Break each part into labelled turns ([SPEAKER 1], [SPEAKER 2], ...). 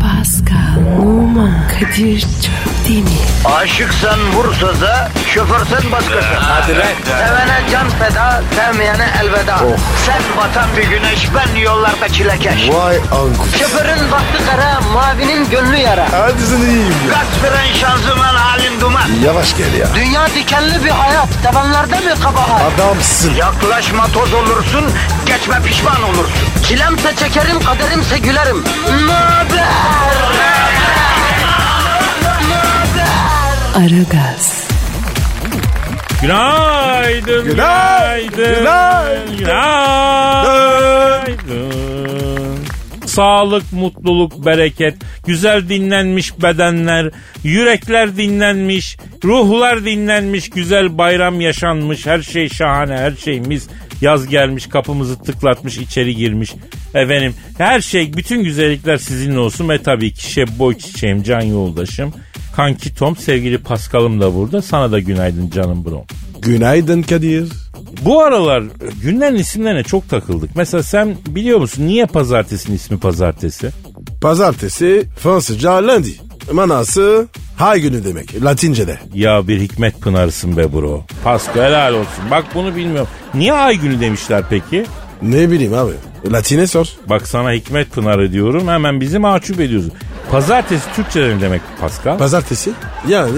[SPEAKER 1] Pascal, Oman, Kadir çok değil mi?
[SPEAKER 2] Aşıksan vursa da, şoförsen başkasın.
[SPEAKER 3] Hadi lan. Oh.
[SPEAKER 2] Sevene can feda, sevmeyene elveda. Sen batan bir güneş, ben yollarda çilekeş.
[SPEAKER 4] Vay anku.
[SPEAKER 2] Şoförün baktı kara, mavinin gönlü yara.
[SPEAKER 4] Hadi sen iyiyim ya.
[SPEAKER 2] Kasperen şanzıman halin duman.
[SPEAKER 4] Yavaş gel ya.
[SPEAKER 2] Dünya dikenli bir hayat, sevenlerde mi kabahar?
[SPEAKER 4] Adamsın.
[SPEAKER 2] Yaklaşma toz olursun, geçme pişman olursun. Çilemse çekerim, kaderimse gülerim. Möber!
[SPEAKER 1] Aragaz,
[SPEAKER 4] Günaydın,
[SPEAKER 3] Günaydın. Günaydın.
[SPEAKER 4] günaydın,
[SPEAKER 3] Günaydın. Sağlık, mutluluk, bereket, güzel dinlenmiş bedenler, yürekler dinlenmiş, ruhlar dinlenmiş, güzel bayram yaşanmış, her şey şahane, her şey mis. Yaz gelmiş, kapımızı tıklatmış, içeri girmiş. Efendim, her şey, bütün güzellikler sizinle olsun ve tabii ki şebboy çiçeğim, can yoldaşım. Kanki Tom, sevgili Paskal'ım da burada. Sana da günaydın canım bro.
[SPEAKER 4] Günaydın Kadir.
[SPEAKER 3] Bu aralar günlerin isimlerine çok takıldık. Mesela sen biliyor musun niye pazartesinin ismi pazartesi?
[SPEAKER 4] Pazartesi Fransızca lundi. Manası hay günü demek Latince'de.
[SPEAKER 3] Ya bir hikmet pınarısın be bro. Pasko helal olsun. Bak bunu bilmiyorum. Niye ay günü demişler peki?
[SPEAKER 4] Ne bileyim abi. Latine sor.
[SPEAKER 3] Bak sana hikmet pınarı diyorum hemen bizi mahcup ediyorsun. Pazartesi Türkçe'de ne demek Pascal?
[SPEAKER 4] Pazartesi yani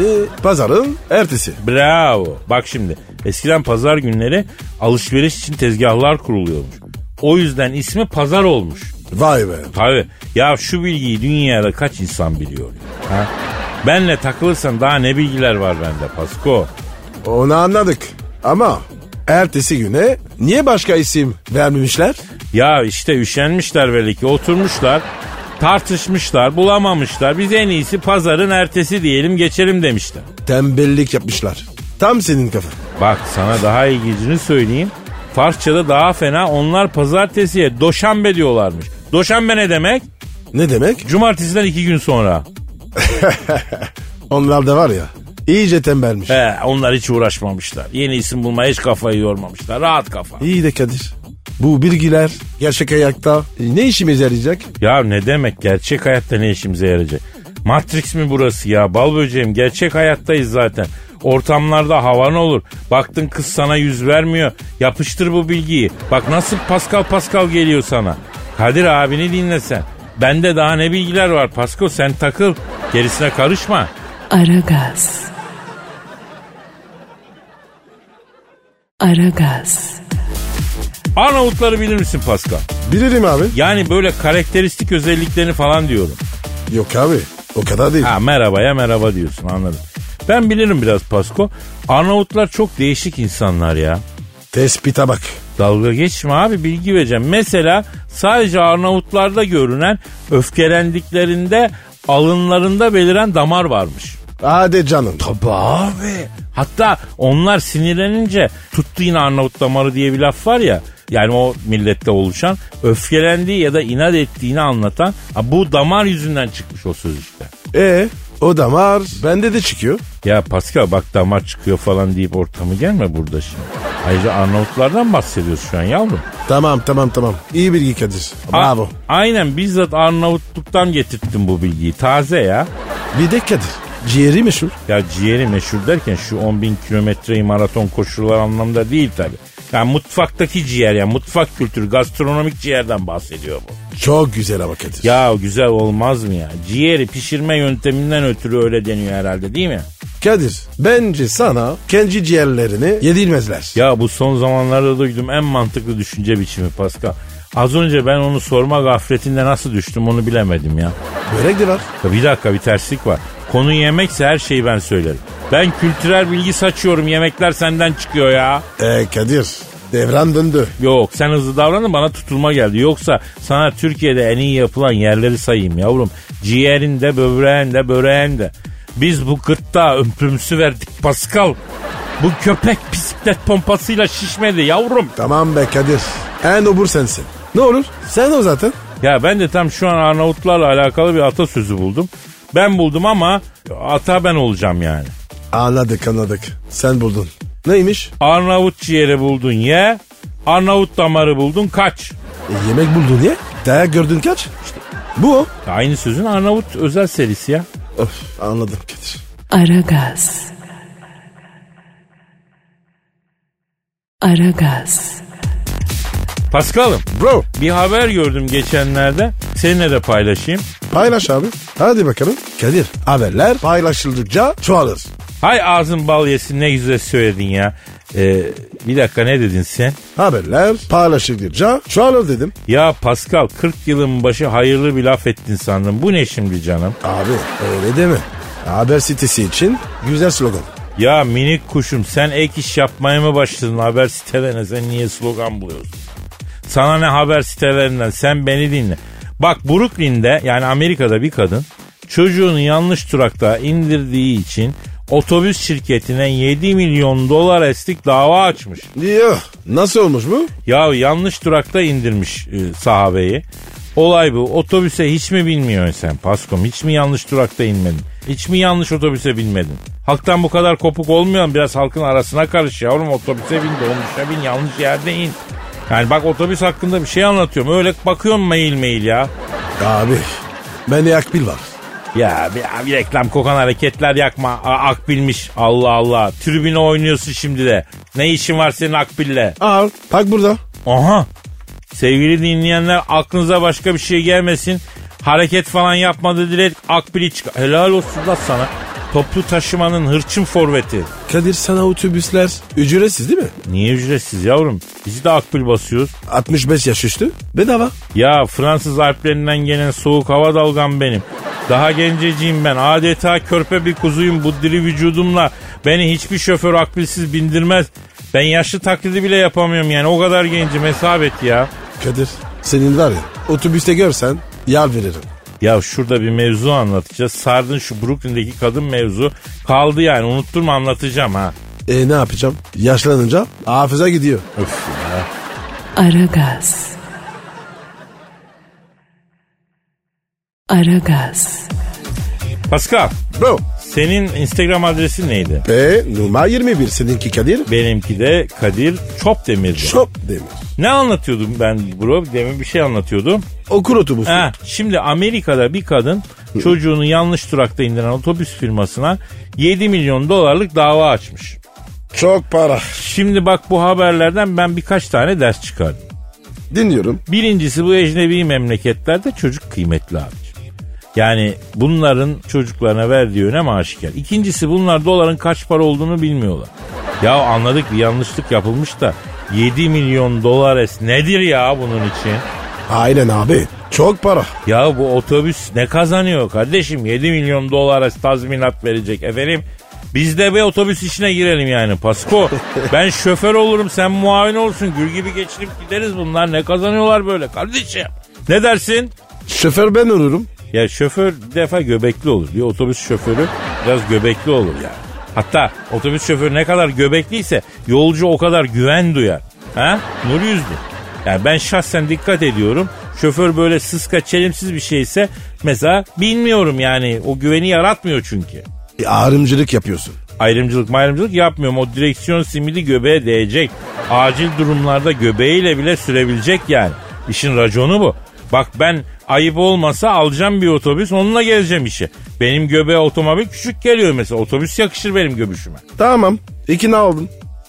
[SPEAKER 4] pazarın ertesi.
[SPEAKER 3] Bravo. Bak şimdi eskiden pazar günleri alışveriş için tezgahlar kuruluyormuş. O yüzden ismi pazar olmuş.
[SPEAKER 4] Vay be.
[SPEAKER 3] Tabii. Ya şu bilgiyi dünyada kaç insan biliyor? ya, Ha? Benle takılırsan daha ne bilgiler var bende Pasko?
[SPEAKER 4] Onu anladık. Ama ertesi güne niye başka isim vermemişler?
[SPEAKER 3] Ya işte üşenmişler belli ki oturmuşlar tartışmışlar bulamamışlar biz en iyisi pazarın ertesi diyelim geçelim demişler.
[SPEAKER 4] Tembellik yapmışlar. Tam senin kafan.
[SPEAKER 3] Bak sana daha ilgincini söyleyeyim. Farsçada daha fena onlar pazartesiye doşambe diyorlarmış. Doşambe ne demek?
[SPEAKER 4] Ne demek?
[SPEAKER 3] Cumartesiden iki gün sonra.
[SPEAKER 4] Onlar da var ya iyice tembelmiş.
[SPEAKER 3] He, onlar hiç uğraşmamışlar. Yeni isim bulmaya hiç kafayı yormamışlar. Rahat kafa.
[SPEAKER 4] İyi de Kadir. Bu bilgiler gerçek ayakta ne işimize yarayacak?
[SPEAKER 3] Ya ne demek gerçek hayatta ne işimize yarayacak? Matrix mi burası ya? Bal böceğim gerçek hayattayız zaten. Ortamlarda havan olur. Baktın kız sana yüz vermiyor. Yapıştır bu bilgiyi. Bak nasıl Pascal Pascal geliyor sana. Kadir abini dinlesen. Bende daha ne bilgiler var Pasko sen takıl. Gerisine karışma.
[SPEAKER 1] Aragaz. Aragaz,
[SPEAKER 3] Arnavutları bilir misin Pascal?
[SPEAKER 4] Bilirim abi.
[SPEAKER 3] Yani böyle karakteristik özelliklerini falan diyorum.
[SPEAKER 4] Yok abi o kadar değil.
[SPEAKER 3] Ha merhabaya merhaba diyorsun anladım. Ben bilirim biraz Pasko. Arnavutlar çok değişik insanlar ya.
[SPEAKER 4] Tespite bak.
[SPEAKER 3] Dalga geçme abi bilgi vereceğim. Mesela sadece Arnavutlarda görünen öfkelendiklerinde alınlarında beliren damar varmış.
[SPEAKER 4] Hadi canım.
[SPEAKER 3] Tabi abi. Hatta onlar sinirlenince tuttu yine Arnavut damarı diye bir laf var ya. Yani o millette oluşan öfkelendiği ya da inat ettiğini anlatan ha, bu damar yüzünden çıkmış o söz işte.
[SPEAKER 4] E o damar bende de çıkıyor.
[SPEAKER 3] Ya Pascal bak damar çıkıyor falan deyip ortamı gelme burada şimdi. Ayrıca Arnavutlardan bahsediyoruz şu an yavrum.
[SPEAKER 4] Tamam tamam tamam. İyi bilgi Kadir. Bravo.
[SPEAKER 3] A- aynen bizzat Arnavutluk'tan getirttim bu bilgiyi. Taze ya.
[SPEAKER 4] Bir de Kadir. Ciğeri meşhur.
[SPEAKER 3] Ya ciğeri meşhur derken şu 10 bin kilometreyi maraton koşular anlamda değil tabi. Yani mutfaktaki ciğer yani mutfak kültürü gastronomik ciğerden bahsediyor bu.
[SPEAKER 4] Çok güzel ama Kadir.
[SPEAKER 3] Ya güzel olmaz mı ya? Ciğeri pişirme yönteminden ötürü öyle deniyor herhalde değil mi?
[SPEAKER 4] Kadir bence sana kendi ciğerlerini yedirmezler.
[SPEAKER 3] Ya bu son zamanlarda duydum en mantıklı düşünce biçimi Pascal. Az önce ben onu sorma gafletinde nasıl düştüm onu bilemedim ya.
[SPEAKER 4] Börek de var.
[SPEAKER 3] Ya bir dakika bir terslik var. Konu yemekse her şeyi ben söylerim. Ben kültürel bilgi saçıyorum yemekler senden çıkıyor ya.
[SPEAKER 4] E Kadir devran döndü.
[SPEAKER 3] Yok sen hızlı davranın bana tutulma geldi. Yoksa sana Türkiye'de en iyi yapılan yerleri sayayım yavrum. Ciğerinde, böbreğinde, böreğinde. Biz bu gırtta ömrümüzü verdik Pascal. Bu köpek bisiklet pompasıyla şişmedi yavrum.
[SPEAKER 4] Tamam be Kadir. En obur sensin. Ne olur? Sen o zaten.
[SPEAKER 3] Ya ben de tam şu an Arnavutlarla alakalı bir atasözü buldum. Ben buldum ama ata ben olacağım yani.
[SPEAKER 4] Anladık anladık. Sen buldun. Neymiş?
[SPEAKER 3] Arnavut ciğeri buldun ye. Arnavut damarı buldun kaç.
[SPEAKER 4] E, yemek buldun ya. Dayak gördün kaç? Bu o.
[SPEAKER 3] Ya aynı sözün Arnavut özel serisi ya.
[SPEAKER 4] Öf, anladım Kadir.
[SPEAKER 1] Aragaz. Aragaz.
[SPEAKER 3] Paskal'ım
[SPEAKER 4] Bro
[SPEAKER 3] bir haber gördüm geçenlerde. Seninle de paylaşayım.
[SPEAKER 4] paylaş abi. Hadi bakalım. Kadir haberler paylaşıldıkça çoğalır.
[SPEAKER 3] Hay ağzın bal yesin ne güzel söyledin ya. Ee, bir dakika ne dedin sen?
[SPEAKER 4] Haberler paylaşıldıkça çoğalır dedim.
[SPEAKER 3] Ya Pascal 40 yılın başı hayırlı bir laf ettin sandım. Bu ne şimdi canım?
[SPEAKER 4] Abi öyle deme. Haber sitesi için güzel slogan.
[SPEAKER 3] Ya minik kuşum sen ek iş yapmaya mı başladın haber sitelerine sen niye slogan buluyorsun? Sana ne haber sitelerinden sen beni dinle. Bak Brooklyn'de yani Amerika'da bir kadın çocuğunu yanlış durakta indirdiği için otobüs şirketine 7 milyon dolar eslik dava açmış.
[SPEAKER 4] Diyor. Nasıl olmuş bu?
[SPEAKER 3] Ya yanlış durakta indirmiş e, sahabeyi. Olay bu. Otobüse hiç mi bilmiyorsun sen Paskom? Hiç mi yanlış durakta inmedin? Hiç mi yanlış otobüse binmedin? Halktan bu kadar kopuk olmayalım. Biraz halkın arasına karış yavrum. Otobüse bin, dolmuşa bin, yanlış yerde in. Yani bak otobüs hakkında bir şey anlatıyorum. Öyle bakıyorum mail mail ya.
[SPEAKER 4] Abi bende akbil var.
[SPEAKER 3] Ya bir, bir reklam kokan hareketler yakma. A- Akbilmiş Allah Allah. Tribüne oynuyorsun şimdi de. Ne işin var senin Akbil'le?
[SPEAKER 4] Al bak burada.
[SPEAKER 3] Aha. Sevgili dinleyenler aklınıza başka bir şey gelmesin. Hareket falan yapmadı direkt akbili çık. Helal olsun da sana. Toplu taşımanın hırçın forveti.
[SPEAKER 4] Kadir sana otobüsler ücretsiz değil mi?
[SPEAKER 3] Niye ücretsiz yavrum? Biz de akbil basıyoruz.
[SPEAKER 4] 65 yaş üstü bedava.
[SPEAKER 3] Ya Fransız alplerinden gelen soğuk hava dalgam benim. Daha genceciyim ben. Adeta körpe bir kuzuyum bu diri vücudumla. Beni hiçbir şoför akbilsiz bindirmez. Ben yaşlı taklidi bile yapamıyorum yani. O kadar gencim hesap et ya.
[SPEAKER 4] Kadir senin var ya otobüste görsen yar veririm.
[SPEAKER 3] Ya şurada bir mevzu anlatacağız. Sardın şu Brooklyn'deki kadın mevzu. Kaldı yani unutturma anlatacağım ha.
[SPEAKER 4] E ne yapacağım? Yaşlanınca hafıza gidiyor.
[SPEAKER 1] Aragaz. Aragaz.
[SPEAKER 3] Pascal
[SPEAKER 4] Bro.
[SPEAKER 3] senin Instagram adresin neydi?
[SPEAKER 4] E numara 21 seninki Kadir.
[SPEAKER 3] Benimki de Kadir Çopdemir'di.
[SPEAKER 4] Şop demir.
[SPEAKER 3] ne anlatıyordum ben bro? Demin bir şey anlatıyordum.
[SPEAKER 4] Okul otobüsü.
[SPEAKER 3] Ha, şimdi Amerika'da bir kadın çocuğunu yanlış durakta indiren otobüs firmasına 7 milyon dolarlık dava açmış.
[SPEAKER 4] Çok para.
[SPEAKER 3] Şimdi bak bu haberlerden ben birkaç tane ders çıkardım.
[SPEAKER 4] Dinliyorum.
[SPEAKER 3] Birincisi bu ecnebi memleketlerde çocuk kıymetli abi. Yani bunların çocuklarına verdiği önem aşikar. İkincisi bunlar doların kaç para olduğunu bilmiyorlar. Ya anladık bir yanlışlık yapılmış da 7 milyon dolar es nedir ya bunun için?
[SPEAKER 4] Aynen abi. Çok para.
[SPEAKER 3] Ya bu otobüs ne kazanıyor kardeşim? 7 milyon dolar es tazminat verecek efendim. Biz de bir otobüs işine girelim yani Pasko. Ben şoför olurum sen muavin olsun. Gül gibi geçinip gideriz bunlar. Ne kazanıyorlar böyle kardeşim? Ne dersin?
[SPEAKER 4] Şoför ben olurum.
[SPEAKER 3] Ya şoför bir defa göbekli olur. Bir otobüs şoförü biraz göbekli olur yani. Hatta otobüs şoförü ne kadar göbekliyse yolcu o kadar güven duyar. Ha? Nur yüzlü. Yani ben şahsen dikkat ediyorum. Şoför böyle sıska çelimsiz bir şeyse mesela bilmiyorum yani o güveni yaratmıyor çünkü.
[SPEAKER 4] E, ağrımcılık yapıyorsun.
[SPEAKER 3] Ayrımcılık mayrımcılık yapmıyorum. O direksiyon simidi göbeğe değecek. Acil durumlarda göbeğiyle bile sürebilecek yani. İşin raconu bu. Bak ben ayıp olmasa alacağım bir otobüs onunla geleceğim işe. Benim göbeğe otomobil küçük geliyor mesela. Otobüs yakışır benim göbüşüme.
[SPEAKER 4] Tamam. İkna oldum.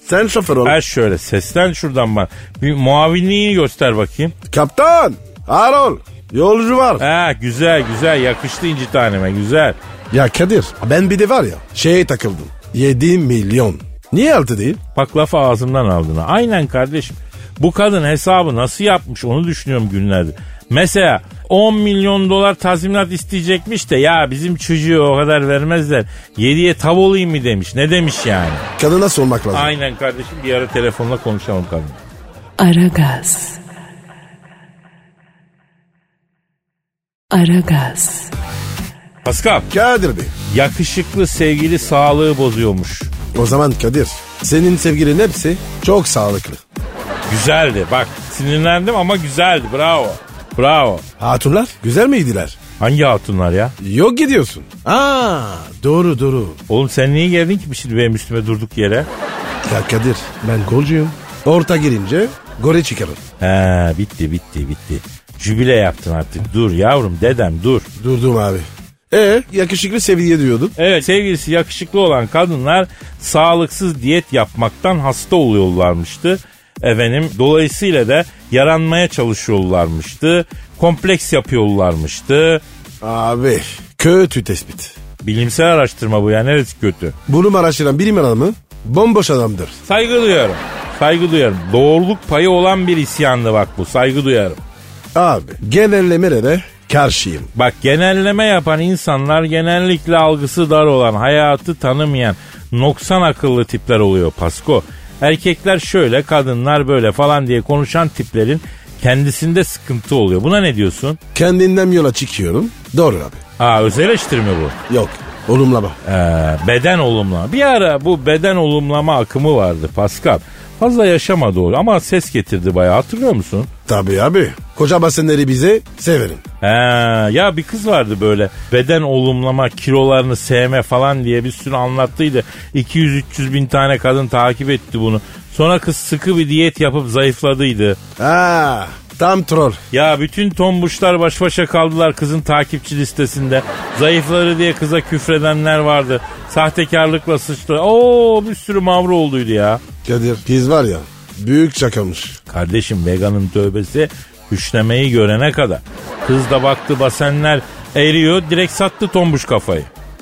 [SPEAKER 4] Sen şoför ol.
[SPEAKER 3] Her şöyle seslen şuradan bana. Bir muavinliğini göster bakayım.
[SPEAKER 4] Kaptan. Ağır ol. Yolcu var.
[SPEAKER 3] Ha güzel güzel yakıştı inci taneme güzel.
[SPEAKER 4] Ya Kadir ben bir de var ya şeye takıldım. 7 milyon. Niye altı değil?
[SPEAKER 3] Bak lafı ağzımdan aldın. ha. Aynen kardeşim. Bu kadın hesabı nasıl yapmış onu düşünüyorum günlerdir. Mesela 10 milyon dolar tazminat isteyecekmiş de ya bizim çocuğu o kadar vermezler. 7'ye tav olayım mı demiş. Ne demiş yani?
[SPEAKER 4] Kadına sormak lazım.
[SPEAKER 3] Aynen kardeşim bir ara telefonla konuşalım kadın.
[SPEAKER 1] Aragaz. Aragaz.
[SPEAKER 3] Pascal
[SPEAKER 4] Kadir Bey.
[SPEAKER 3] yakışıklı sevgili sağlığı bozuyormuş.
[SPEAKER 4] O zaman Kadir senin sevgilin hepsi çok sağlıklı.
[SPEAKER 3] Güzeldi bak sinirlendim ama güzeldi bravo. Bravo.
[SPEAKER 4] Hatunlar güzel miydiler?
[SPEAKER 3] Hangi hatunlar ya?
[SPEAKER 4] Yok gidiyorsun. Aa doğru doğru.
[SPEAKER 3] Oğlum sen niye geldin ki şimdi benim üstüme durduk yere?
[SPEAKER 4] Ya Kadir ben golcuyum. Orta girince gole çıkarım.
[SPEAKER 3] He bitti bitti bitti. Jübile yaptın artık. Dur yavrum dedem dur.
[SPEAKER 4] Durdum abi. E yakışıklı seviye diyordun.
[SPEAKER 3] Evet sevgilisi yakışıklı olan kadınlar sağlıksız diyet yapmaktan hasta oluyorlarmıştı. Efendim dolayısıyla da yaranmaya çalışıyorlarmıştı. Kompleks yapıyorlarmıştı.
[SPEAKER 4] Abi kötü tespit.
[SPEAKER 3] Bilimsel araştırma bu ya neresi kötü?
[SPEAKER 4] Bunu araştıran bilim adamı bomboş adamdır.
[SPEAKER 3] Saygı duyarım. Saygı duyarım. Doğruluk payı olan bir isyandı bak bu. Saygı duyarım.
[SPEAKER 4] Abi genellemelere karşıyım.
[SPEAKER 3] Bak genelleme yapan insanlar genellikle algısı dar olan, hayatı tanımayan, noksan akıllı tipler oluyor Pasko. Erkekler şöyle, kadınlar böyle falan diye konuşan tiplerin kendisinde sıkıntı oluyor. Buna ne diyorsun?
[SPEAKER 4] Kendimden yola çıkıyorum. Doğru abi.
[SPEAKER 3] Ha öz eleştiri mi bu?
[SPEAKER 4] Yok olumlama.
[SPEAKER 3] Ee, beden olumlama. Bir ara bu beden olumlama akımı vardı Pascal. Fazla yaşama doğru ama ses getirdi bayağı hatırlıyor musun?
[SPEAKER 4] Tabii abi. Koca basenleri bize severim.
[SPEAKER 3] He, ya bir kız vardı böyle beden olumlama, kilolarını sevme falan diye bir sürü anlattıydı. 200-300 bin tane kadın takip etti bunu. Sonra kız sıkı bir diyet yapıp zayıfladıydı.
[SPEAKER 4] Aa, tam troll.
[SPEAKER 3] Ya bütün tombuşlar baş başa kaldılar kızın takipçi listesinde. Zayıfları diye kıza küfredenler vardı. Sahtekarlıkla sıçtı. Oo bir sürü mavra olduydu ya.
[SPEAKER 4] Kadir kız var ya büyük şakamış.
[SPEAKER 3] Kardeşim veganın tövbesi hüşlemeyi görene kadar. Kız da baktı basenler eriyor direkt sattı tombuş kafayı.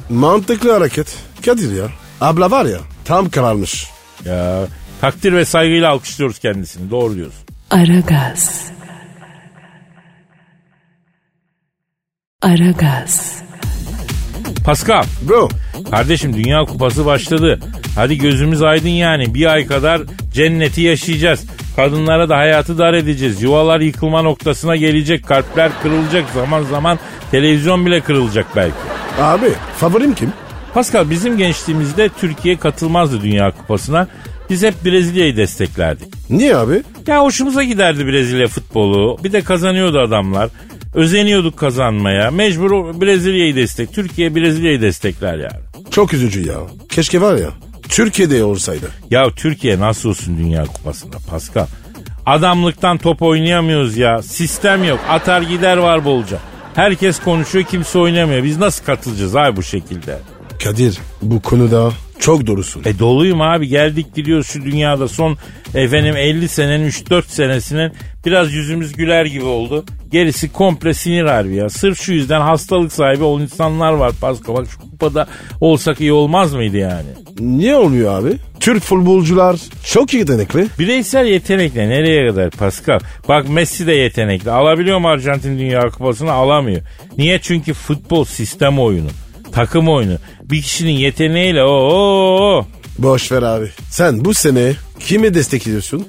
[SPEAKER 4] Mantıklı hareket. Kadir ya. Abla var ya tam kararmış.
[SPEAKER 3] Ya takdir ve saygıyla alkışlıyoruz kendisini. Doğru diyorsun.
[SPEAKER 1] Aragaz. Aragaz.
[SPEAKER 3] Pascal
[SPEAKER 4] Bro
[SPEAKER 3] kardeşim Dünya Kupası başladı. Hadi gözümüz aydın yani. Bir ay kadar cenneti yaşayacağız. Kadınlara da hayatı dar edeceğiz. Yuvalar yıkılma noktasına gelecek. Kalpler kırılacak. Zaman zaman televizyon bile kırılacak belki.
[SPEAKER 4] abi favorim kim?
[SPEAKER 3] Pascal bizim gençliğimizde Türkiye katılmazdı Dünya Kupası'na. Biz hep Brezilya'yı desteklerdik.
[SPEAKER 4] Niye abi?
[SPEAKER 3] Ya hoşumuza giderdi Brezilya futbolu. Bir de kazanıyordu adamlar. Özeniyorduk kazanmaya. Mecbur o- Brezilya'yı destek. Türkiye Brezilya'yı destekler yani.
[SPEAKER 4] Çok üzücü ya. Keşke var ya Türkiye'de olsaydı.
[SPEAKER 3] Ya Türkiye nasıl olsun Dünya Kupası'nda Pascal? Adamlıktan top oynayamıyoruz ya. Sistem yok. Atar gider var bolca. Herkes konuşuyor kimse oynamıyor. Biz nasıl katılacağız abi bu şekilde?
[SPEAKER 4] Kadir bu konuda çok doğrusun.
[SPEAKER 3] E doluyum abi geldik gidiyoruz şu dünyada son efendim 50 senenin 3-4 senesinin biraz yüzümüz güler gibi oldu. Gerisi komple sinir harbi ya. Sırf şu yüzden hastalık sahibi olan insanlar var Pasko. Bak şu kupada olsak iyi olmaz mıydı yani?
[SPEAKER 4] Niye olmuyor abi? Türk futbolcular çok yetenekli.
[SPEAKER 3] Bireysel yetenekle nereye kadar Pascal? Bak Messi de yetenekli. Alabiliyor mu Arjantin Dünya Kupası'nı? Alamıyor. Niye? Çünkü futbol sistem oyunu. Takım oyunu. Bir kişinin yeteneğiyle o
[SPEAKER 4] Boş ver abi. Sen bu sene kimi destekliyorsun?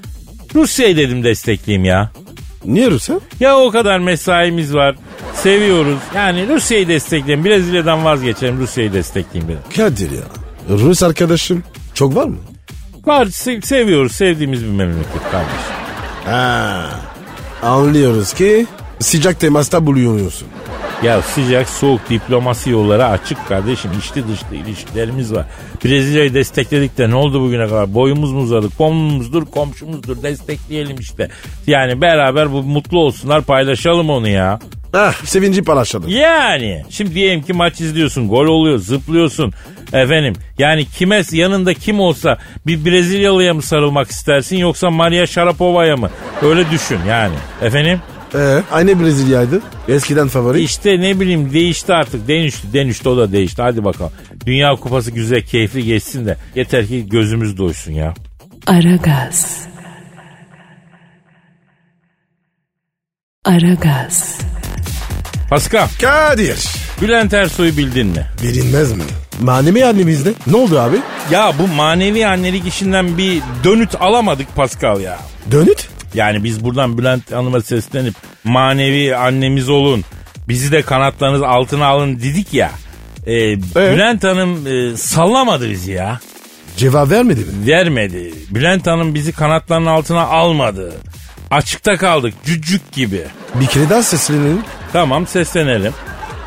[SPEAKER 3] Rusya'yı dedim destekleyeyim ya.
[SPEAKER 4] Niye Rusya?
[SPEAKER 3] Ya o kadar mesaimiz var. Seviyoruz. Yani Rusya'yı destekleyin. Brezilya'dan vazgeçelim. Rusya'yı destekleyin biraz.
[SPEAKER 4] Kadir ya. Rus arkadaşım çok var mı?
[SPEAKER 3] Var se- seviyoruz. Sevdiğimiz bir memleket kardeşim.
[SPEAKER 4] Ha. Anlıyoruz ki sıcak temasta bulunuyorsun.
[SPEAKER 3] Ya sıcak soğuk diplomasi yolları açık kardeşim. İçli dışlı ilişkilerimiz var. Brezilya'yı destekledik de ne oldu bugüne kadar? Boyumuz mu uzadı? Komumuzdur, komşumuzdur. Destekleyelim işte. Yani beraber bu mutlu olsunlar paylaşalım onu ya.
[SPEAKER 4] Ah sevinci paylaşalım.
[SPEAKER 3] Yani şimdi diyelim ki maç izliyorsun gol oluyor zıplıyorsun efendim yani kime yanında kim olsa bir Brezilyalıya mı sarılmak istersin yoksa Maria Sharapova'ya mı öyle düşün yani efendim
[SPEAKER 4] Ee, aynı Brezilya'ydı. Eskiden favori.
[SPEAKER 3] işte ne bileyim değişti artık denişti denişti o da değişti hadi bakalım Dünya Kupası güzel keyifli geçsin de yeter ki gözümüz doysun ya.
[SPEAKER 1] Aragaz. Aragaz.
[SPEAKER 3] Pascal
[SPEAKER 4] Kadir.
[SPEAKER 3] Bülent Ersoy'u bildin mi?
[SPEAKER 4] Bilinmez mi? Manevi annemizde. Ne oldu abi?
[SPEAKER 3] Ya bu manevi annelik işinden bir dönüt alamadık Pascal ya.
[SPEAKER 4] Dönüt?
[SPEAKER 3] Yani biz buradan Bülent Hanım'a seslenip manevi annemiz olun. Bizi de kanatlarınız altına alın dedik ya. Ee, Bülent Hanım e, sallamadı bizi ya.
[SPEAKER 4] Cevap vermedi mi?
[SPEAKER 3] Vermedi. Bülent Hanım bizi kanatlarının altına almadı. Açıkta kaldık cücük gibi.
[SPEAKER 4] Bir kere daha seslenelim.
[SPEAKER 3] Tamam seslenelim.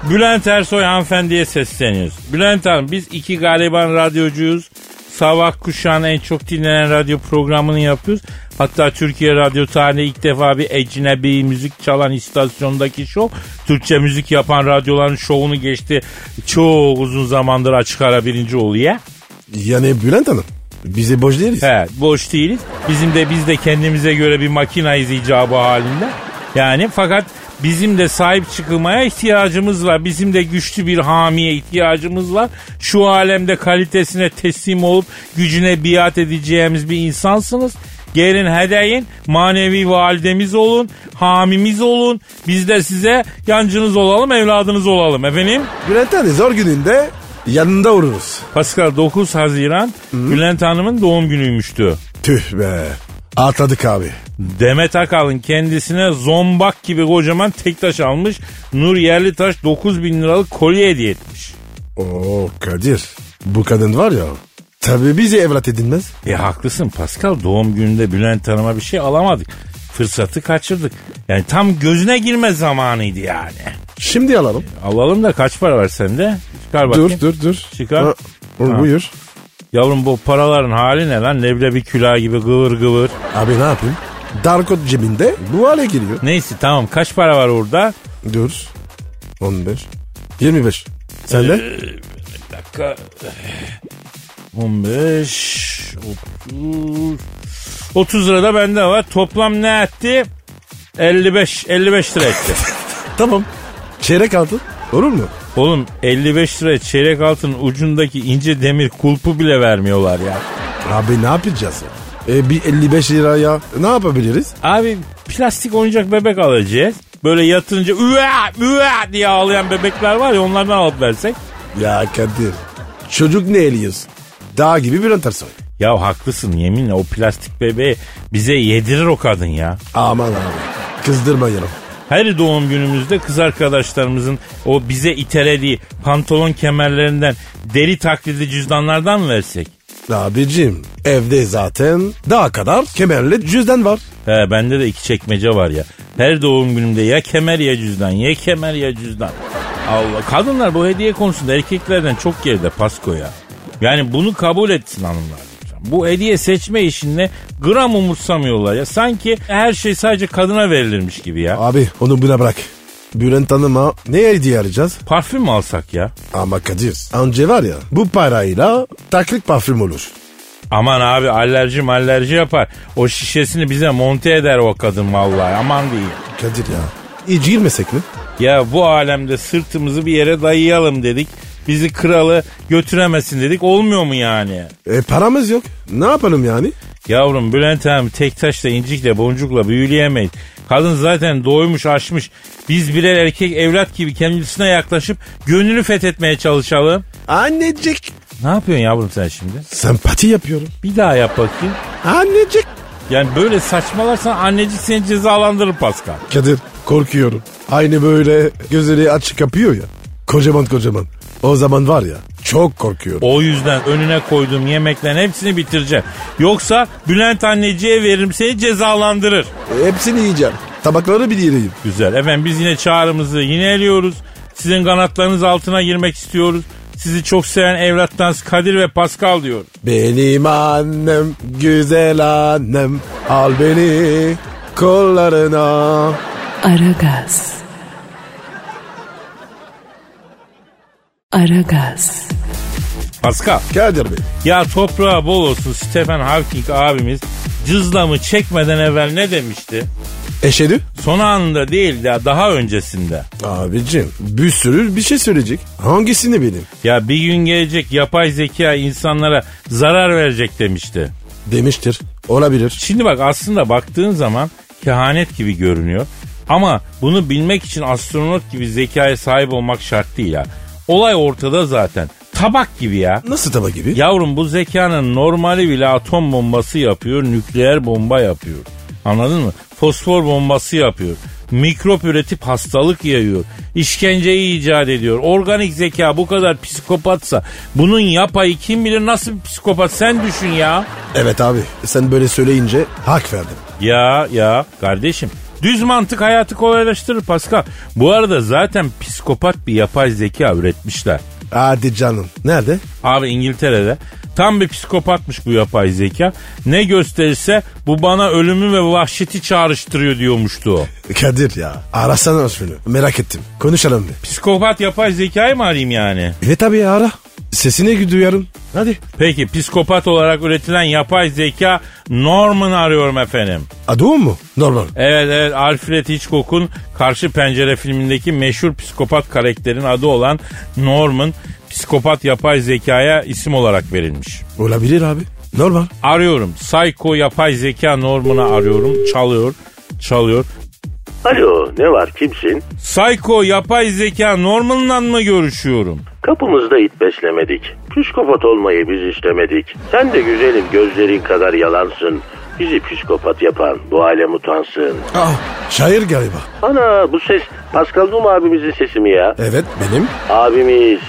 [SPEAKER 3] Bülent Ersoy hanımefendiye sesleniyoruz. Bülent Hanım biz iki galiban radyocuyuz. Sabah kuşağın en çok dinlenen radyo programını yapıyoruz. Hatta Türkiye Radyo tarihinde ilk defa bir ecnebi müzik çalan istasyondaki şov Türkçe müzik yapan radyoların şovunu geçti. Çok uzun zamandır açık ara birinci oluyor.
[SPEAKER 4] Yani Bülent Hanım bize boş değiliz.
[SPEAKER 3] He, boş değiliz. Bizim de biz de kendimize göre bir makinayız icabı halinde. Yani fakat bizim de sahip çıkılmaya ihtiyacımız var. Bizim de güçlü bir hamiye ihtiyacımız var. Şu alemde kalitesine teslim olup gücüne biat edeceğimiz bir insansınız. Gelin hedeyin, manevi validemiz olun, hamimiz olun. Biz de size yancınız olalım, evladınız olalım efendim.
[SPEAKER 4] Bülent Hanım zor gününde yanında oluruz.
[SPEAKER 3] Pascal 9 Haziran Bülent Hanım'ın doğum günüymüştü.
[SPEAKER 4] Tüh be. Atladık abi.
[SPEAKER 3] Demet Akalın kendisine zombak gibi kocaman tek taş almış. Nur Yerlitaş 9 bin liralık kolye hediye etmiş.
[SPEAKER 4] Oo Kadir. Bu kadın var ya. Tabii bizi evlat edinmez.
[SPEAKER 3] E haklısın Pascal doğum gününde Bülent Hanım'a bir şey alamadık. Fırsatı kaçırdık. Yani tam gözüne girme zamanıydı yani.
[SPEAKER 4] Şimdi alalım.
[SPEAKER 3] Alalım da kaç para var sende? Çıkar bakayım.
[SPEAKER 4] Dur dur dur.
[SPEAKER 3] Çıkar.
[SPEAKER 4] Ha, bu-
[SPEAKER 3] Ha.
[SPEAKER 4] Buyur.
[SPEAKER 3] Yavrum bu paraların hali ne lan? Leblebi külah gibi gıvır gıvır.
[SPEAKER 4] Abi ne yapayım? Darkot cebinde bu hale geliyor.
[SPEAKER 3] Neyse tamam kaç para var orada?
[SPEAKER 4] Dur. 15. 25. Sen de?
[SPEAKER 3] Ee, dakika. 15 30 30 lira da bende var. Toplam ne etti? 55 55 lira etti.
[SPEAKER 4] Tamam. Çeyrek altın. Olur mu?
[SPEAKER 3] Oğlum 55 lira çeyrek altın ucundaki ince demir kulpu bile vermiyorlar ya.
[SPEAKER 4] Abi ne yapacağız? ya? E, bir 55 liraya ne yapabiliriz?
[SPEAKER 3] Abi plastik oyuncak bebek alacağız. Böyle yatınca üve üve diye ağlayan bebekler var ya onlardan alıp versek.
[SPEAKER 4] Ya Kadir. Çocuk ne eliyorsun? Dağ gibi bir antarsoy.
[SPEAKER 3] Ya haklısın yeminle o plastik bebeği bize yedirir o kadın ya.
[SPEAKER 4] Aman abi. Kızdırma yanım.
[SPEAKER 3] Her doğum günümüzde kız arkadaşlarımızın o bize itelediği pantolon kemerlerinden deri taklidi cüzdanlardan mı versek?
[SPEAKER 4] Abicim evde zaten daha kadar kemerli cüzdan var.
[SPEAKER 3] He bende de iki çekmece var ya. Her doğum günümde ya kemer ya cüzdan ya kemer ya cüzdan. Allah kadınlar bu hediye konusunda erkeklerden çok geride Pasko ya. Yani bunu kabul etsin hanımlar. lütfen. Bu hediye seçme işinde gram umursamıyorlar ya. Sanki her şey sadece kadına verilirmiş gibi ya.
[SPEAKER 4] Abi onu buna bırak. Bülent Hanım'a ne hediye arayacağız?
[SPEAKER 3] Parfüm mü alsak ya?
[SPEAKER 4] Ama Kadir anca var ya bu parayla taklit parfüm olur.
[SPEAKER 3] Aman abi alerji mallerji yapar. O şişesini bize monte eder o kadın vallahi aman diyeyim.
[SPEAKER 4] Kadir ya hiç girmesek mi?
[SPEAKER 3] Ya bu alemde sırtımızı bir yere dayayalım dedik. Bizi kralı götüremesin dedik. Olmuyor mu yani?
[SPEAKER 4] E paramız yok. Ne yapalım yani?
[SPEAKER 3] Yavrum Bülent abi tek taşla incikle boncukla büyüleyemeyiz. Kadın zaten doymuş açmış. Biz birer erkek evlat gibi kendisine yaklaşıp gönlünü fethetmeye çalışalım.
[SPEAKER 4] Annecik.
[SPEAKER 3] Ne yapıyorsun yavrum sen şimdi?
[SPEAKER 4] Sempati yapıyorum.
[SPEAKER 3] Bir daha yap bakayım.
[SPEAKER 4] Annecik.
[SPEAKER 3] Yani böyle saçmalarsan annecik seni cezalandırır Pascal.
[SPEAKER 4] Kadir korkuyorum. Aynı böyle gözleri açık kapıyor ya. Kocaman kocaman. O zaman var ya çok korkuyorum.
[SPEAKER 3] O yüzden önüne koyduğum yemeklerin hepsini bitireceğim. Yoksa Bülent anneciye veririm seni cezalandırır.
[SPEAKER 4] Hepsini yiyeceğim. Tabakları bir yiyeyim.
[SPEAKER 3] Güzel. Efendim biz yine çağrımızı yineliyoruz. Sizin kanatlarınız altına girmek istiyoruz. Sizi çok seven evlatlarınız Kadir ve Pascal diyor.
[SPEAKER 4] Benim annem güzel annem al beni kollarına.
[SPEAKER 1] Aragaz. Aragaz.
[SPEAKER 3] Pascal.
[SPEAKER 4] Kadir Bey.
[SPEAKER 3] Ya toprağa bol olsun Stephen Hawking abimiz cızlamı çekmeden evvel ne demişti?
[SPEAKER 4] Eşedü.
[SPEAKER 3] Son anında değil ya daha öncesinde.
[SPEAKER 4] Abicim bir sürü bir şey söyleyecek. Hangisini bileyim?
[SPEAKER 3] Ya bir gün gelecek yapay zeka insanlara zarar verecek demişti.
[SPEAKER 4] Demiştir. Olabilir.
[SPEAKER 3] Şimdi bak aslında baktığın zaman kehanet gibi görünüyor. Ama bunu bilmek için astronot gibi zekaya sahip olmak şart değil ya. Olay ortada zaten. Tabak gibi ya.
[SPEAKER 4] Nasıl tava gibi?
[SPEAKER 3] Yavrum bu zekanın normali bile atom bombası yapıyor, nükleer bomba yapıyor. Anladın mı? Fosfor bombası yapıyor. Mikrop üretip hastalık yayıyor. İşkenceyi icat ediyor. Organik zeka bu kadar psikopatsa bunun yapayı kim bilir nasıl bir psikopat sen düşün ya.
[SPEAKER 4] Evet abi sen böyle söyleyince hak verdim.
[SPEAKER 3] Ya ya kardeşim. Düz mantık hayatı kolaylaştırır Pascal. Bu arada zaten psikopat bir yapay zeka üretmişler.
[SPEAKER 4] Hadi canım. Nerede?
[SPEAKER 3] Abi İngiltere'de Tam bir psikopatmış bu yapay zeka. Ne gösterirse bu bana ölümü ve vahşeti çağrıştırıyor diyormuştu o.
[SPEAKER 4] Kadir ya arasana şunu merak ettim konuşalım bir.
[SPEAKER 3] Psikopat yapay zekayı mı arayayım yani?
[SPEAKER 4] Evet tabii ya ara sesini duyarım hadi.
[SPEAKER 3] Peki psikopat olarak üretilen yapay zeka Norman'ı arıyorum efendim.
[SPEAKER 4] Adı o mu? Normal.
[SPEAKER 3] Evet evet Alfred Hitchcock'un Karşı Pencere filmindeki meşhur psikopat karakterin adı olan Norman psikopat yapay zekaya isim olarak verilmiş.
[SPEAKER 4] Olabilir abi. Normal.
[SPEAKER 3] Arıyorum. Psycho yapay zeka Norman'ı arıyorum. Çalıyor. Çalıyor.
[SPEAKER 5] Alo ne var kimsin?
[SPEAKER 3] Psycho yapay zeka Norman'la mı görüşüyorum?
[SPEAKER 5] Kapımızda it beslemedik. Psikopat olmayı biz istemedik. Sen de güzelim gözlerin kadar yalansın. Bizi psikopat yapan bu alem utansın.
[SPEAKER 4] Ah şair galiba.
[SPEAKER 5] Ana bu ses Pascal Numa abimizin sesi mi ya?
[SPEAKER 4] Evet benim.
[SPEAKER 5] Abimiz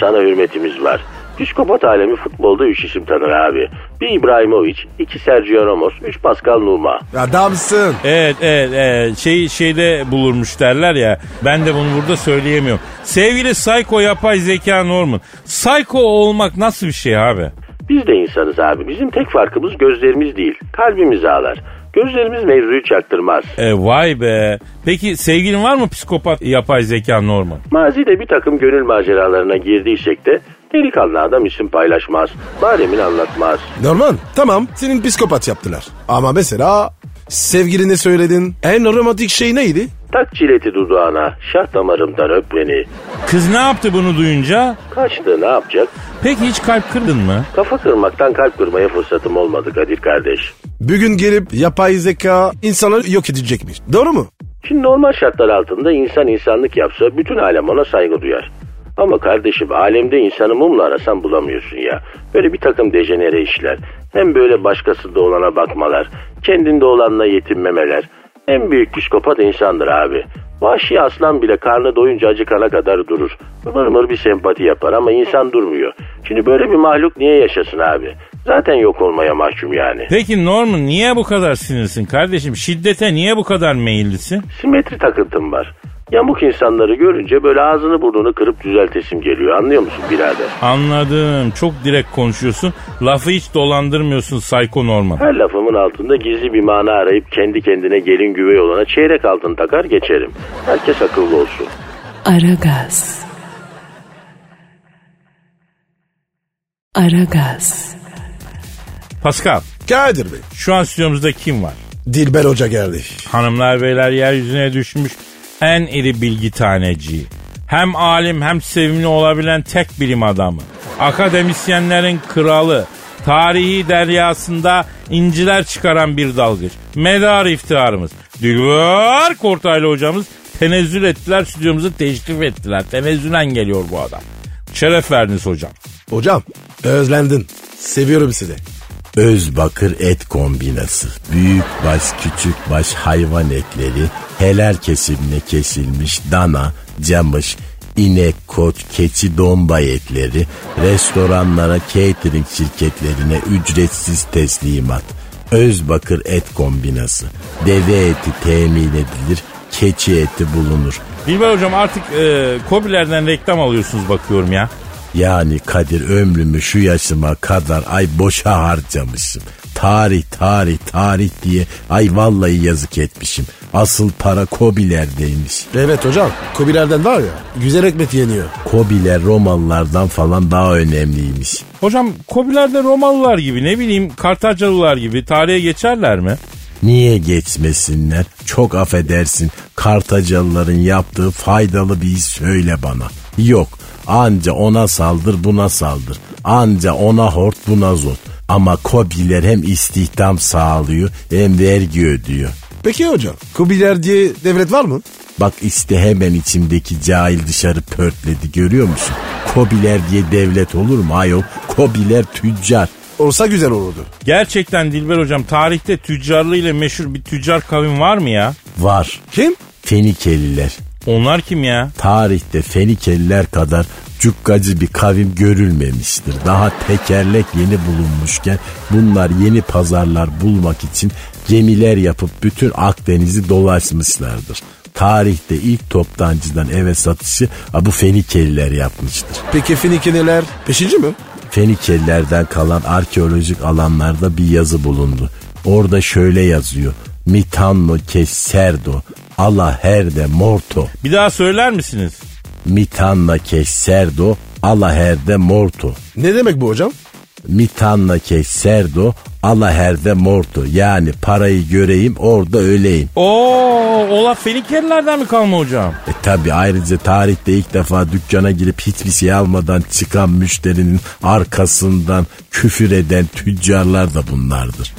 [SPEAKER 5] sana hürmetimiz var. Psikopat alemi futbolda üç isim tanır abi. Bir İbrahimovic, iki Sergio Ramos, üç Pascal Numa.
[SPEAKER 4] Adamsın.
[SPEAKER 3] Evet evet, evet. şey şeyde bulurmuş derler ya. Ben de bunu burada söyleyemiyorum. Sevgili Psycho yapay zeka Norman. Psycho olmak nasıl bir şey abi?
[SPEAKER 5] Biz de insanız abi. Bizim tek farkımız gözlerimiz değil, kalbimiz ağlar. Gözlerimiz mevzuyu çaktırmaz.
[SPEAKER 3] E, vay be. Peki sevgilin var mı psikopat yapay zeka Norman?
[SPEAKER 5] Mazide bir takım gönül maceralarına girdiysek de delikanlı adam isim paylaşmaz. Bademin anlatmaz.
[SPEAKER 4] Normal tamam senin psikopat yaptılar. Ama mesela sevgiline söyledin en romantik şey neydi?
[SPEAKER 5] Tak çileti dudağına, şah damarımdan öp beni.
[SPEAKER 3] Kız ne yaptı bunu duyunca?
[SPEAKER 5] Kaçtı ne yapacak?
[SPEAKER 3] Peki hiç kalp kırdın mı?
[SPEAKER 5] Kafa kırmaktan kalp kırmaya fırsatım olmadı Kadir kardeş.
[SPEAKER 4] Bugün gelip yapay zeka insanları yok edecekmiş. Doğru mu?
[SPEAKER 5] Şimdi normal şartlar altında insan insanlık yapsa bütün alem ona saygı duyar. Ama kardeşim alemde insanı mumla arasan bulamıyorsun ya. Böyle bir takım dejenere işler. Hem böyle başkasında olana bakmalar, kendinde olanla yetinmemeler. En büyük psikopat insandır abi. Vahşi aslan bile karnı doyunca acıkana kadar durur. Mır mır bir sempati yapar ama insan durmuyor. Şimdi böyle bir mahluk niye yaşasın abi? Zaten yok olmaya mahkum yani.
[SPEAKER 3] Peki Norman niye bu kadar sinirsin kardeşim? Şiddete niye bu kadar meyillisin?
[SPEAKER 5] Simetri takıntım var. Yamuk insanları görünce böyle ağzını burnunu kırıp düzeltesim geliyor. Anlıyor musun birader?
[SPEAKER 3] Anladım. Çok direkt konuşuyorsun. Lafı hiç dolandırmıyorsun Psycho Norman.
[SPEAKER 5] Her lafımın altında gizli bir mana arayıp kendi kendine gelin güvey olana çeyrek altın takar geçerim. Herkes akıllı olsun.
[SPEAKER 1] Aragaz. Aragaz.
[SPEAKER 3] Pascal
[SPEAKER 4] Kadir Bey.
[SPEAKER 3] şu an stüdyomuzda kim var?
[SPEAKER 4] Dilber Hoca geldi.
[SPEAKER 3] Hanımlar beyler yeryüzüne düşmüş en iri bilgi taneci. Hem alim hem sevimli olabilen tek bilim adamı. Akademisyenlerin kralı. Tarihi deryasında inciler çıkaran bir dalgıç. Medar iftiharımız. Dilber Kortaylı hocamız tenezzül ettiler stüdyomuzu teşrif ettiler. Tenezzülen geliyor bu adam. Şeref verdiniz hocam.
[SPEAKER 4] Hocam özlendin. Seviyorum sizi.
[SPEAKER 6] Özbakır et kombinası. Büyük baş, küçük baş hayvan etleri, helal kesimine kesilmiş dana, camış, inek, koç, keçi, domba etleri, restoranlara, catering şirketlerine ücretsiz teslimat. Özbakır et kombinası. Deve eti temin edilir, keçi eti bulunur.
[SPEAKER 3] Dilber hocam artık e, kobilerden reklam alıyorsunuz bakıyorum ya.
[SPEAKER 6] Yani Kadir ömrümü şu yaşıma kadar ay boşa harcamışım. Tarih tarih tarih diye ay vallahi yazık etmişim. Asıl para Kobilerdeymiş.
[SPEAKER 4] Evet hocam. Kobilerden var ya güzel ekmek yeniyor.
[SPEAKER 6] Kobiler Romalılardan falan daha önemliymiş.
[SPEAKER 3] Hocam Kobiler de Romalılar gibi ne bileyim Kartacalılar gibi tarihe geçerler mi?
[SPEAKER 6] Niye geçmesinler? Çok affedersin. Kartacalıların yaptığı faydalı bir iş söyle bana. Yok. Anca ona saldır buna saldır. Anca ona hort buna zot. Ama Kobiler hem istihdam sağlıyor hem vergi ödüyor.
[SPEAKER 4] Peki hocam. Kobiler diye devlet var mı?
[SPEAKER 6] Bak işte hemen içimdeki cahil dışarı pörtledi görüyor musun? Kobiler diye devlet olur mu ayol? Kobiler tüccar.
[SPEAKER 4] Olsa güzel olurdu.
[SPEAKER 3] Gerçekten Dilber hocam tarihte tüccarlığıyla meşhur bir tüccar kavim var mı ya?
[SPEAKER 6] Var.
[SPEAKER 4] Kim?
[SPEAKER 6] Fenikeliler.
[SPEAKER 3] Onlar kim ya?
[SPEAKER 6] Tarihte Fenikeliler kadar cukkacı bir kavim görülmemiştir. Daha tekerlek yeni bulunmuşken bunlar yeni pazarlar bulmak için gemiler yapıp bütün Akdeniz'i dolaşmışlardır. Tarihte ilk toptancıdan eve satışı ha, bu Fenikeliler yapmıştır.
[SPEAKER 4] Peki Fenikeliler peşinci mi?
[SPEAKER 6] Fenikelilerden kalan arkeolojik alanlarda bir yazı bulundu. Orada şöyle yazıyor. Mitanno kesserdo alla herde morto.
[SPEAKER 3] Bir daha söyler misiniz?
[SPEAKER 6] Mitanna kesserdo alla herde morto.
[SPEAKER 4] Ne demek bu hocam?
[SPEAKER 6] Mitanna kesserdo alla herde morto. Yani parayı göreyim orada öleyim.
[SPEAKER 3] Oo, Olaf Fenikelilerden mi kalma hocam?
[SPEAKER 6] E tabi ayrıca tarihte ilk defa dükkana girip hiçbir şey almadan çıkan müşterinin arkasından küfür eden tüccarlar da bunlardır.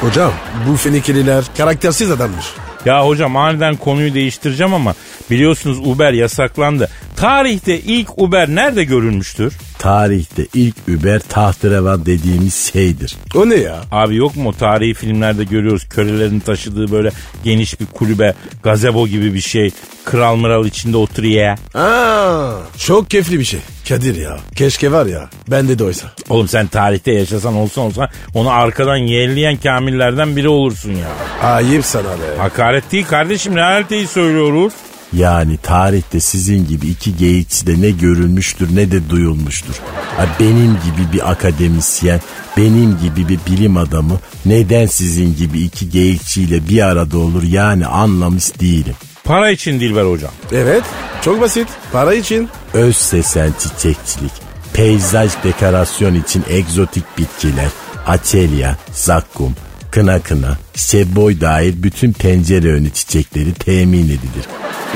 [SPEAKER 4] Hocam bu Fenikeliler karaktersiz adammış.
[SPEAKER 3] Ya hocam aniden konuyu değiştireceğim ama biliyorsunuz Uber yasaklandı. Tarihte ilk Uber nerede görülmüştür?
[SPEAKER 6] Tarihte ilk Uber tahterevan dediğimiz şeydir.
[SPEAKER 4] O ne ya?
[SPEAKER 3] Abi yok mu o tarihi filmlerde görüyoruz kölelerin taşıdığı böyle geniş bir kulübe gazebo gibi bir şey. Kral mıral içinde oturuyor.
[SPEAKER 4] Aa, çok keyifli bir şey. Kadir ya. Keşke var ya. Bende de oysa.
[SPEAKER 3] Oğlum sen tarihte yaşasan olsan olsan onu arkadan yeğleyen kamillerden biri olursun ya.
[SPEAKER 4] Ayıp sana be.
[SPEAKER 3] Hakaret değil kardeşim realiteyi söylüyoruz.
[SPEAKER 6] Yani tarihte sizin gibi iki geyikçi de ne görülmüştür ne de duyulmuştur. Ha, Benim gibi bir akademisyen, benim gibi bir bilim adamı neden sizin gibi iki geyikçiyle bir arada olur yani anlamış değilim.
[SPEAKER 3] Para için Dilber hocam.
[SPEAKER 4] Evet. Çok basit. Para için.
[SPEAKER 6] Öz sesen çiçekçilik, peyzaj dekorasyon için egzotik bitkiler, açelya, zakkum, kına kına, seboy dahil bütün pencere önü çiçekleri temin edilir.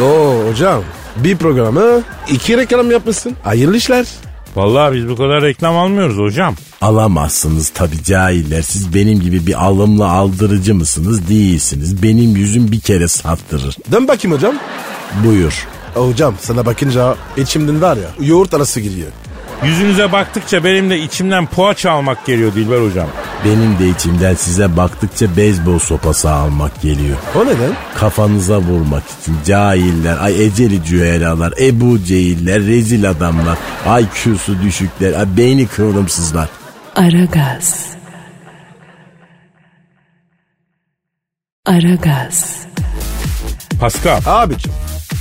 [SPEAKER 4] Oo hocam. Bir programı iki reklam yapmışsın. Hayırlı işler.
[SPEAKER 3] Vallahi biz bu kadar reklam almıyoruz hocam.
[SPEAKER 6] Alamazsınız tabi cahiller. Siz benim gibi bir alımlı aldırıcı mısınız? Değilsiniz. Benim yüzüm bir kere sattırır.
[SPEAKER 4] Dön bakayım hocam. E,
[SPEAKER 6] Buyur.
[SPEAKER 4] Hocam sana bakınca içimden var ya yoğurt arası giriyor.
[SPEAKER 3] Yüzünüze baktıkça benim de içimden poğaça almak geliyor Dilber hocam.
[SPEAKER 6] Benim de içimden size baktıkça beyzbol sopası almak geliyor.
[SPEAKER 4] O neden?
[SPEAKER 6] Kafanıza vurmak için cahiller, ay eceli cühelalar, ebu cehiller, rezil adamlar, IQ'su düşükler, ay beyni kıvrımsızlar.
[SPEAKER 1] Aragaz. Aragaz.
[SPEAKER 3] Pascal.
[SPEAKER 4] Abicim.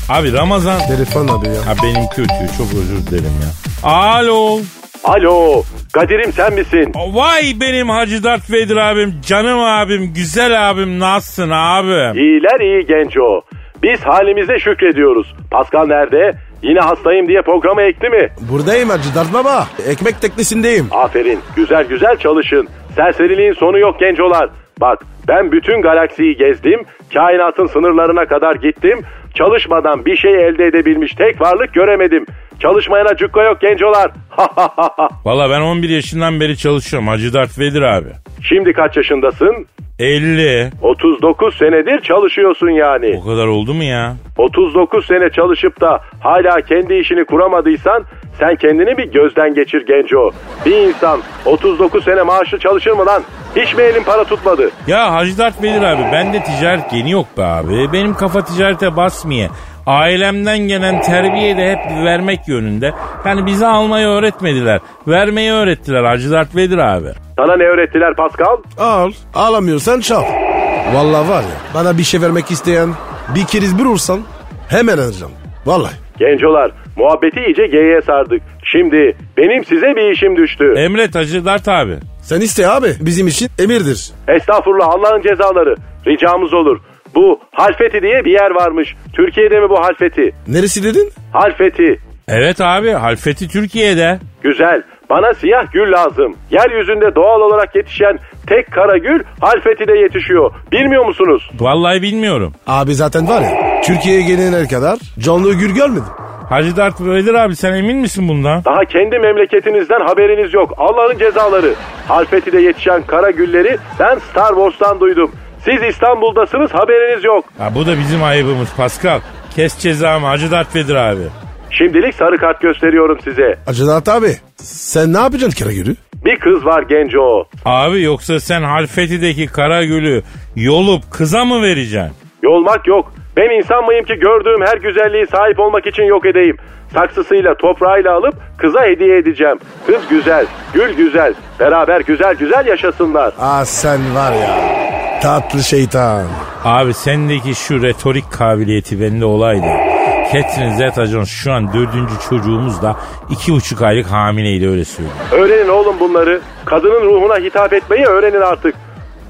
[SPEAKER 3] Abi Ramazan.
[SPEAKER 4] Telefon abi ya.
[SPEAKER 3] Ha benim kötü çok özür dilerim ya. Alo.
[SPEAKER 5] Alo Kadir'im sen misin?
[SPEAKER 3] Vay benim Hacı Dert Vedir abim, canım abim, güzel abim nasılsın abim?
[SPEAKER 5] İyiler iyi genç o. Biz halimize şükrediyoruz. Pascal nerede? Yine hastayım diye programa ekti mi?
[SPEAKER 4] Buradayım Hacı Dert Baba. Ekmek teknesindeyim.
[SPEAKER 5] Aferin. Güzel güzel çalışın. Serseriliğin sonu yok gencolar. Bak ben bütün galaksiyi gezdim. Kainatın sınırlarına kadar gittim. Çalışmadan bir şey elde edebilmiş tek varlık göremedim. Çalışmayana cukka yok gencolar.
[SPEAKER 3] Valla ben 11 yaşından beri çalışıyorum Hacı Dert Vedir abi.
[SPEAKER 5] Şimdi kaç yaşındasın?
[SPEAKER 3] 50.
[SPEAKER 5] 39 senedir çalışıyorsun yani.
[SPEAKER 3] O kadar oldu mu ya?
[SPEAKER 5] 39 sene çalışıp da hala kendi işini kuramadıysan sen kendini bir gözden geçir genco. Bir insan 39 sene maaşlı çalışır mı lan? Hiç mi elin para tutmadı?
[SPEAKER 3] Ya Hacı Dert Vedir abi bende ticaret geni yok be abi. Benim kafa ticarete basmıyor. Ailemden gelen terbiye de hep vermek yönünde. Yani bize almayı öğretmediler. Vermeyi öğrettiler Hacı Dert Vedir abi.
[SPEAKER 5] Sana ne öğrettiler Pascal?
[SPEAKER 4] Al. Alamıyorsan çal. Vallahi var ya bana bir şey vermek isteyen bir keriz bir vursan hemen alacağım. Vallahi.
[SPEAKER 5] Gencolar muhabbeti iyice G'ye sardık. Şimdi benim size bir işim düştü.
[SPEAKER 3] Emret Hacı Dert abi.
[SPEAKER 4] Sen iste abi. Bizim için emirdir.
[SPEAKER 5] Estağfurullah Allah'ın cezaları. Ricamız olur. Bu Halfeti diye bir yer varmış. Türkiye'de mi bu Halfeti?
[SPEAKER 4] Neresi dedin?
[SPEAKER 5] Halfeti.
[SPEAKER 3] Evet abi Halfeti Türkiye'de.
[SPEAKER 5] Güzel. Bana siyah gül lazım. Yeryüzünde doğal olarak yetişen tek kara gül Halfeti'de yetişiyor. Bilmiyor musunuz?
[SPEAKER 3] Vallahi bilmiyorum.
[SPEAKER 4] Abi zaten var ya Türkiye'ye gelene kadar canlı gül görmedim.
[SPEAKER 3] Hacı Dert Vedir abi sen emin misin bundan?
[SPEAKER 5] Daha kendi memleketinizden haberiniz yok. Allah'ın cezaları. Halfeti'de yetişen kara gülleri ben Star Wars'tan duydum. Siz İstanbul'dasınız haberiniz yok.
[SPEAKER 3] Ha, bu da bizim ayıbımız Pascal. Kes cezamı Hacı Dert Vedir abi.
[SPEAKER 5] Şimdilik sarı kart gösteriyorum size.
[SPEAKER 4] Hacı Dert abi sen ne yapacaksın Karagül'ü?
[SPEAKER 5] Bir kız var genco.
[SPEAKER 3] Abi yoksa sen Halfeti'deki Karagül'ü yolup kıza mı vereceksin?
[SPEAKER 5] Yolmak yok. Ben insan mıyım ki gördüğüm her güzelliği sahip olmak için yok edeyim. Saksısıyla toprağıyla alıp kıza hediye edeceğim. Kız güzel, gül güzel. Beraber güzel güzel yaşasınlar.
[SPEAKER 4] Aa sen var ya tatlı şeytan.
[SPEAKER 3] Abi sendeki şu retorik kabiliyeti bende olaydı. Catherine Zeta-Jones şu an dördüncü çocuğumuz da iki buçuk aylık hamileydi öyle söylüyor.
[SPEAKER 5] Öğrenin oğlum bunları. Kadının ruhuna hitap etmeyi öğrenin artık.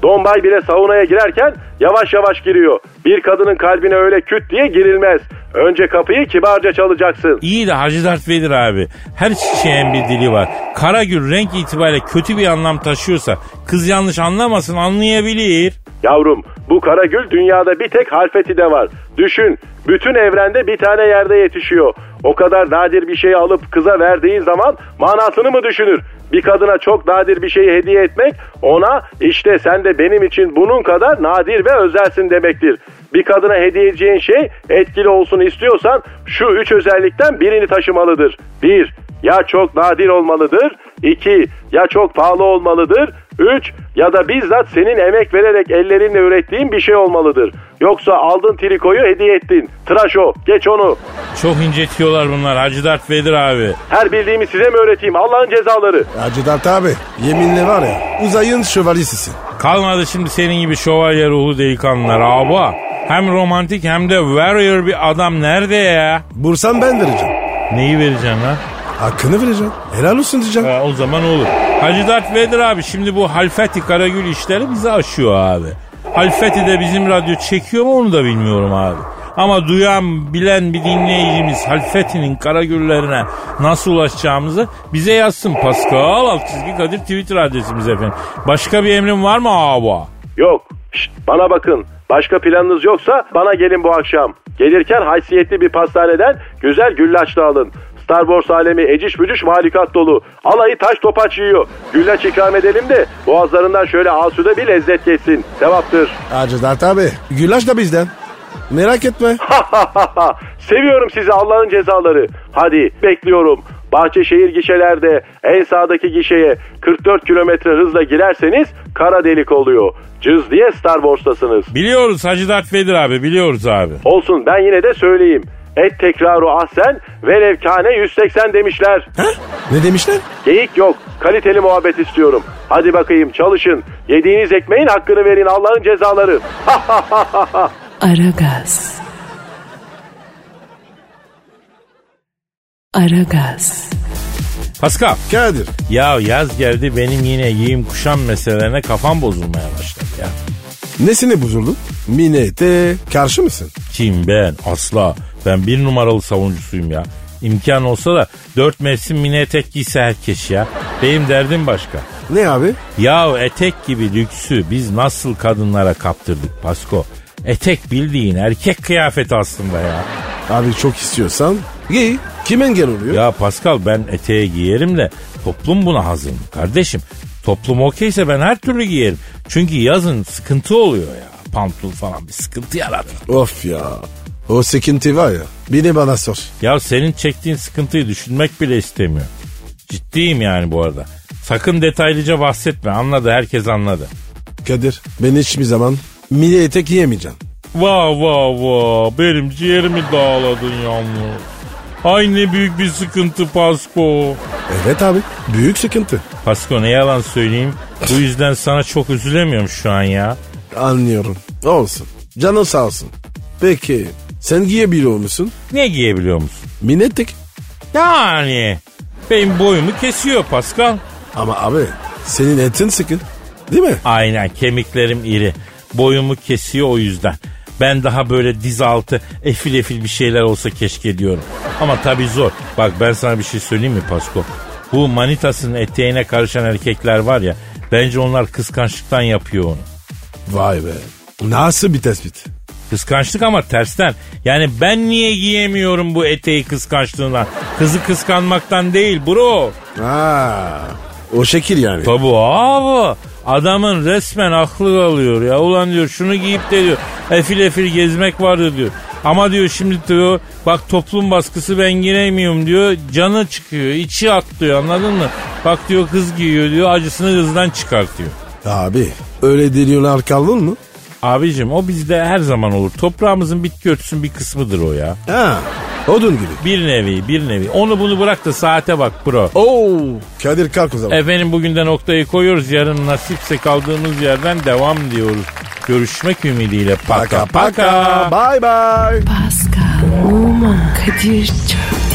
[SPEAKER 5] Dombay bile saunaya girerken yavaş yavaş giriyor. Bir kadının kalbine öyle küt diye girilmez. Önce kapıyı kibarca çalacaksın.
[SPEAKER 3] İyi de Hacı Dert Vedir abi. Her çiçeğin bir dili var. Karagül renk itibariyle kötü bir anlam taşıyorsa kız yanlış anlamasın anlayabilir.
[SPEAKER 5] Yavrum bu karagül dünyada bir tek harfeti de var. Düşün bütün evrende bir tane yerde yetişiyor. O kadar nadir bir şeyi alıp kıza verdiği zaman manasını mı düşünür? Bir kadına çok nadir bir şeyi hediye etmek ona işte sen de benim için bunun kadar nadir ve özelsin demektir. Bir kadına hediye edeceğin şey etkili olsun istiyorsan şu üç özellikten birini taşımalıdır. 1. Ya çok nadir olmalıdır. 2. Ya çok pahalı olmalıdır. 3. Ya da bizzat senin emek vererek ellerinle ürettiğin bir şey olmalıdır. Yoksa aldın trikoyu hediye ettin. Tıraş o. Geç onu.
[SPEAKER 3] Çok incetiyorlar bunlar Hacı Dert Vedir abi.
[SPEAKER 5] Her bildiğimi size mi öğreteyim? Allah'ın cezaları.
[SPEAKER 4] Hacı Dert abi yeminle var ya uzayın şövalyesisin.
[SPEAKER 3] Kalmadı şimdi senin gibi şövalye ruhlu delikanlılar abi. Hem romantik hem de warrior bir adam nerede ya?
[SPEAKER 4] Bursam ben vereceğim.
[SPEAKER 3] Neyi vereceksin lan?
[SPEAKER 4] Hakkını vereceğim. Helal olsun diyeceğim.
[SPEAKER 3] Ha, o zaman olur. Hacı Dert Vedir abi şimdi bu Halfeti Karagül işleri bizi aşıyor abi. Halfeti de bizim radyo çekiyor mu onu da bilmiyorum abi. Ama duyan bilen bir dinleyicimiz Halfeti'nin Karagüllerine nasıl ulaşacağımızı bize yazsın. Pascal alt çizgi Kadir Twitter adresimiz efendim. Başka bir emrin var mı abi?
[SPEAKER 5] Yok. Şşt, bana bakın. Başka planınız yoksa bana gelin bu akşam. Gelirken haysiyetli bir pastaneden güzel güllaç da alın. Star Wars alemi eciş bücüş mahlukat dolu. Alayı taş topaç yiyor. Güllaç ikram edelim de boğazlarından şöyle asude bir lezzet geçsin. Sevaptır.
[SPEAKER 4] Hacı Dert abi güllaç da bizden. Merak etme.
[SPEAKER 5] Seviyorum sizi Allah'ın cezaları. Hadi bekliyorum. Bahçeşehir gişelerde en sağdaki gişeye 44 kilometre hızla girerseniz kara delik oluyor. Cız diye Star Wars'tasınız.
[SPEAKER 3] Biliyoruz Hacı Dert Vedir abi biliyoruz abi.
[SPEAKER 5] Olsun ben yine de söyleyeyim. Et tekraru ahsen velev kane 180 demişler.
[SPEAKER 4] Ne demişler?
[SPEAKER 5] Geyik yok. Kaliteli muhabbet istiyorum. Hadi bakayım çalışın. Yediğiniz ekmeğin hakkını verin Allah'ın cezaları.
[SPEAKER 1] Aragaz. Aragaz.
[SPEAKER 3] Pascal
[SPEAKER 4] Kadir.
[SPEAKER 3] ya yaz geldi benim yine giyim kuşam meselelerine kafam bozulmaya başladı ya.
[SPEAKER 4] Nesini bozuldun? Minete karşı mısın?
[SPEAKER 3] Kim ben asla. Ben bir numaralı savuncusuyum ya. İmkan olsa da dört mevsim mini etek giyse herkes ya. Benim derdim başka.
[SPEAKER 4] Ne abi?
[SPEAKER 3] Yahu etek gibi lüksü biz nasıl kadınlara kaptırdık Pasko. Etek bildiğin erkek kıyafeti aslında ya.
[SPEAKER 4] Abi çok istiyorsan giy. Kim engel oluyor?
[SPEAKER 3] Ya Pascal ben eteğe giyerim de toplum buna hazır mı kardeşim? Toplum okeyse ben her türlü giyerim. Çünkü yazın sıkıntı oluyor ya. Pantol falan bir sıkıntı yaratır.
[SPEAKER 4] Of ya. O sıkıntı var ya. Beni bana sor.
[SPEAKER 3] Ya senin çektiğin sıkıntıyı düşünmek bile istemiyor. Ciddiyim yani bu arada. Sakın detaylıca bahsetme anladı herkes anladı.
[SPEAKER 4] Kadir ben hiçbir zaman mini etek yiyemeyeceğim.
[SPEAKER 3] Va va va benim ciğerimi dağladın yalnız. Ay ne büyük bir sıkıntı Pasko.
[SPEAKER 4] Evet abi. Büyük sıkıntı.
[SPEAKER 3] Pasko ne yalan söyleyeyim. Bu yüzden sana çok üzülemiyorum şu an ya.
[SPEAKER 4] Anlıyorum. Olsun. Canın sağ olsun. Peki sen giyebiliyor musun?
[SPEAKER 3] Ne giyebiliyor musun?
[SPEAKER 4] Mini etek.
[SPEAKER 3] Yani benim boyumu kesiyor Pascal.
[SPEAKER 4] Ama abi senin etin sıkın. Değil mi?
[SPEAKER 3] Aynen kemiklerim iri. Boyumu kesiyor o yüzden. Ben daha böyle diz altı efil efil bir şeyler olsa keşke diyorum. Ama tabii zor. Bak ben sana bir şey söyleyeyim mi Pasko? Bu manitasının eteğine karışan erkekler var ya. Bence onlar kıskançlıktan yapıyor onu.
[SPEAKER 4] Vay be. Nasıl bir tespit?
[SPEAKER 3] Kıskançlık ama tersten. Yani ben niye giyemiyorum bu eteği kıskançlığından? Kızı kıskanmaktan değil bro.
[SPEAKER 4] Aa, o şekil yani.
[SPEAKER 3] Tabu abi. Adamın resmen aklı alıyor ya. Ulan diyor şunu giyip de diyor efil efil gezmek vardı diyor. Ama diyor şimdi diyor bak toplum baskısı ben giremiyorum diyor. Canı çıkıyor içi atlıyor anladın mı? Bak diyor kız giyiyor diyor acısını kızdan çıkartıyor.
[SPEAKER 4] Abi öyle deniyorlar kaldın mı?
[SPEAKER 3] Abicim o bizde her zaman olur. Toprağımızın bitki örtüsünün bir kısmıdır o ya.
[SPEAKER 4] Ha, odun gibi.
[SPEAKER 3] Bir nevi bir nevi. Onu bunu bırak da saate bak bro.
[SPEAKER 4] Oo, Kadir
[SPEAKER 3] E,
[SPEAKER 4] kalk o zaman.
[SPEAKER 3] Efendim bugün de noktayı koyuyoruz. Yarın nasipse kaldığımız yerden devam diyoruz. Görüşmek ümidiyle. Paka
[SPEAKER 4] Paka.
[SPEAKER 3] paka.
[SPEAKER 4] Bye bye.
[SPEAKER 1] Pascal, Oman, Kadir çok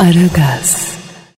[SPEAKER 1] Aragaz.